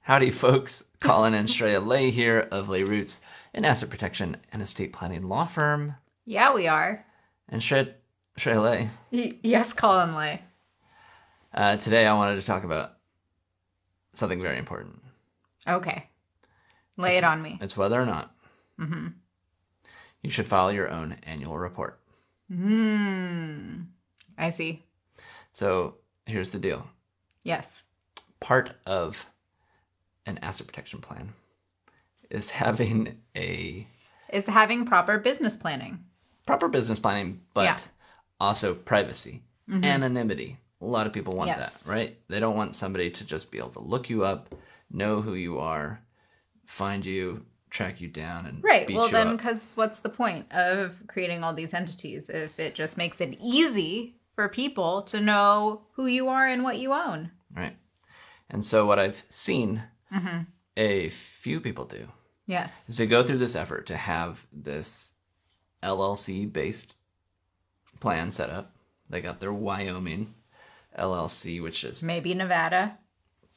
Howdy, folks. Colin and Shreya Lay here of Lay Roots, an asset protection and estate planning law firm. Yeah, we are. And Shreya, Shreya Lay, Y- yes, Colin Lay. uh, today I wanted to talk about something very important. Okay. Lay it on me. It's whether or not you should file your own annual report. Hmm. I see. So here's the deal Yes. part of an asset protection plan is having a Is having proper business planning. proper business planning, but Yeah. Mm-hmm. also privacy, anonymity. A lot of people want Yes. that, right? They don't want somebody to just be able to look you up, know who you are, find you, track you down, and Right. Beat well, you then, up. because what's the point of creating all these entities if it just makes it easy for people to know who you are and what you own? right? And so, what I've seen Mm-hmm. a few people do Yes. is to go through this effort to have this LLC based plan set up. They got their Wyoming LLC, which is Maybe Nevada.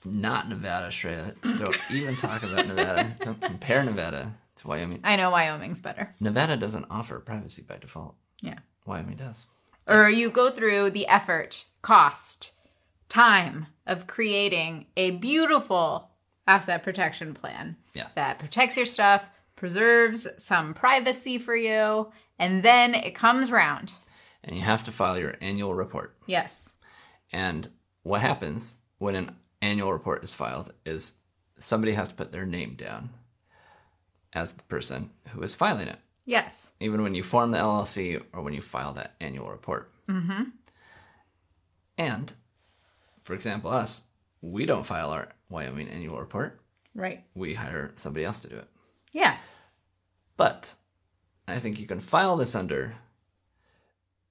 not Nevada, Shreya. Don't even talk about Nevada. Don't compare Nevada to Wyoming. I know Wyoming's better. Nevada doesn't offer privacy by default. Yeah. Wyoming does. or you go through the effort, cost, time of creating a beautiful asset protection plan Yes. that protects your stuff, preserves some privacy for you, and then it comes round. And you have to file your annual report. Yes. And what happens when an annual report is filed is somebody has to put their name down as the person who is filing it, Yes. even when you form the LLC or when you file that annual report. Mm-hmm. And for example, us, we don't file our Wyoming annual report. Right. we hire somebody else to do it. Yeah. But I think you can file this under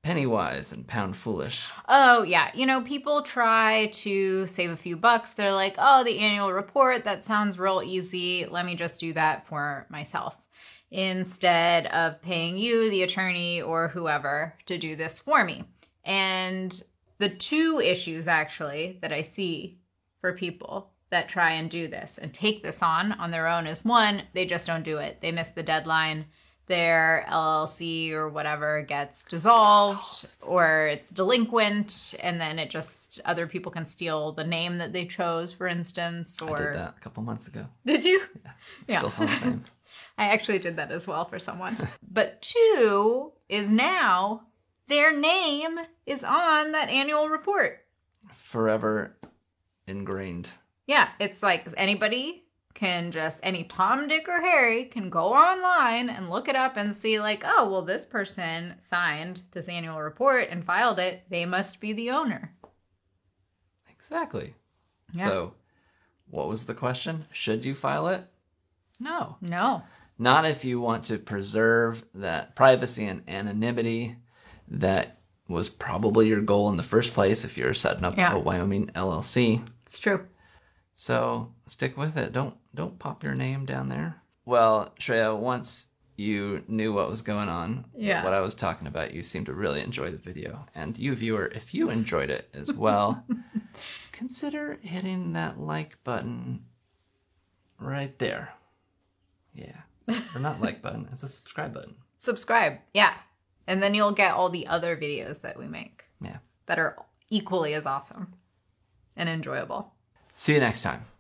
penny wise and pound foolish. Oh, yeah. You know, people try to save a few bucks. They're like, oh, the annual report, that sounds real easy. Let me just do that for myself instead of paying you, the attorney, or whoever to do this for me. And the two issues actually that I see for people that try and do this and take this on on their own is one, they just don't do it. They miss the deadline. Their LLC or whatever gets dissolved, or it's delinquent, and then it just other people can steal the name that they chose, for instance. Or I did that a couple months ago. Did you? Yeah. Still sometimes. I actually did that as well for someone. but two is now their name is on that annual report. Forever ingrained. Yeah, it's like anybody can just any Tom, Dick, or Harry can go online and look it up and see, like, oh, well, this person signed this annual report and filed it. They must be the owner. Exactly. Yeah. So, what was the question? Should you file it? No. No. Not if you want to preserve that privacy and anonymity that was probably your goal in the first place if you're setting up Yeah. a Wyoming LLC. It's true. So stick with it. Don't don't pop your name down there. Well, Shreya, once you knew what was going on, Yeah. what I was talking about, you seemed to really enjoy the video. And you viewer, if you enjoyed it as well, consider hitting that like button right there. Yeah. Or not like button, it's a subscribe button. Subscribe. Yeah. And then you'll get all the other videos that we make Yeah. that are equally as awesome and enjoyable. See you next time.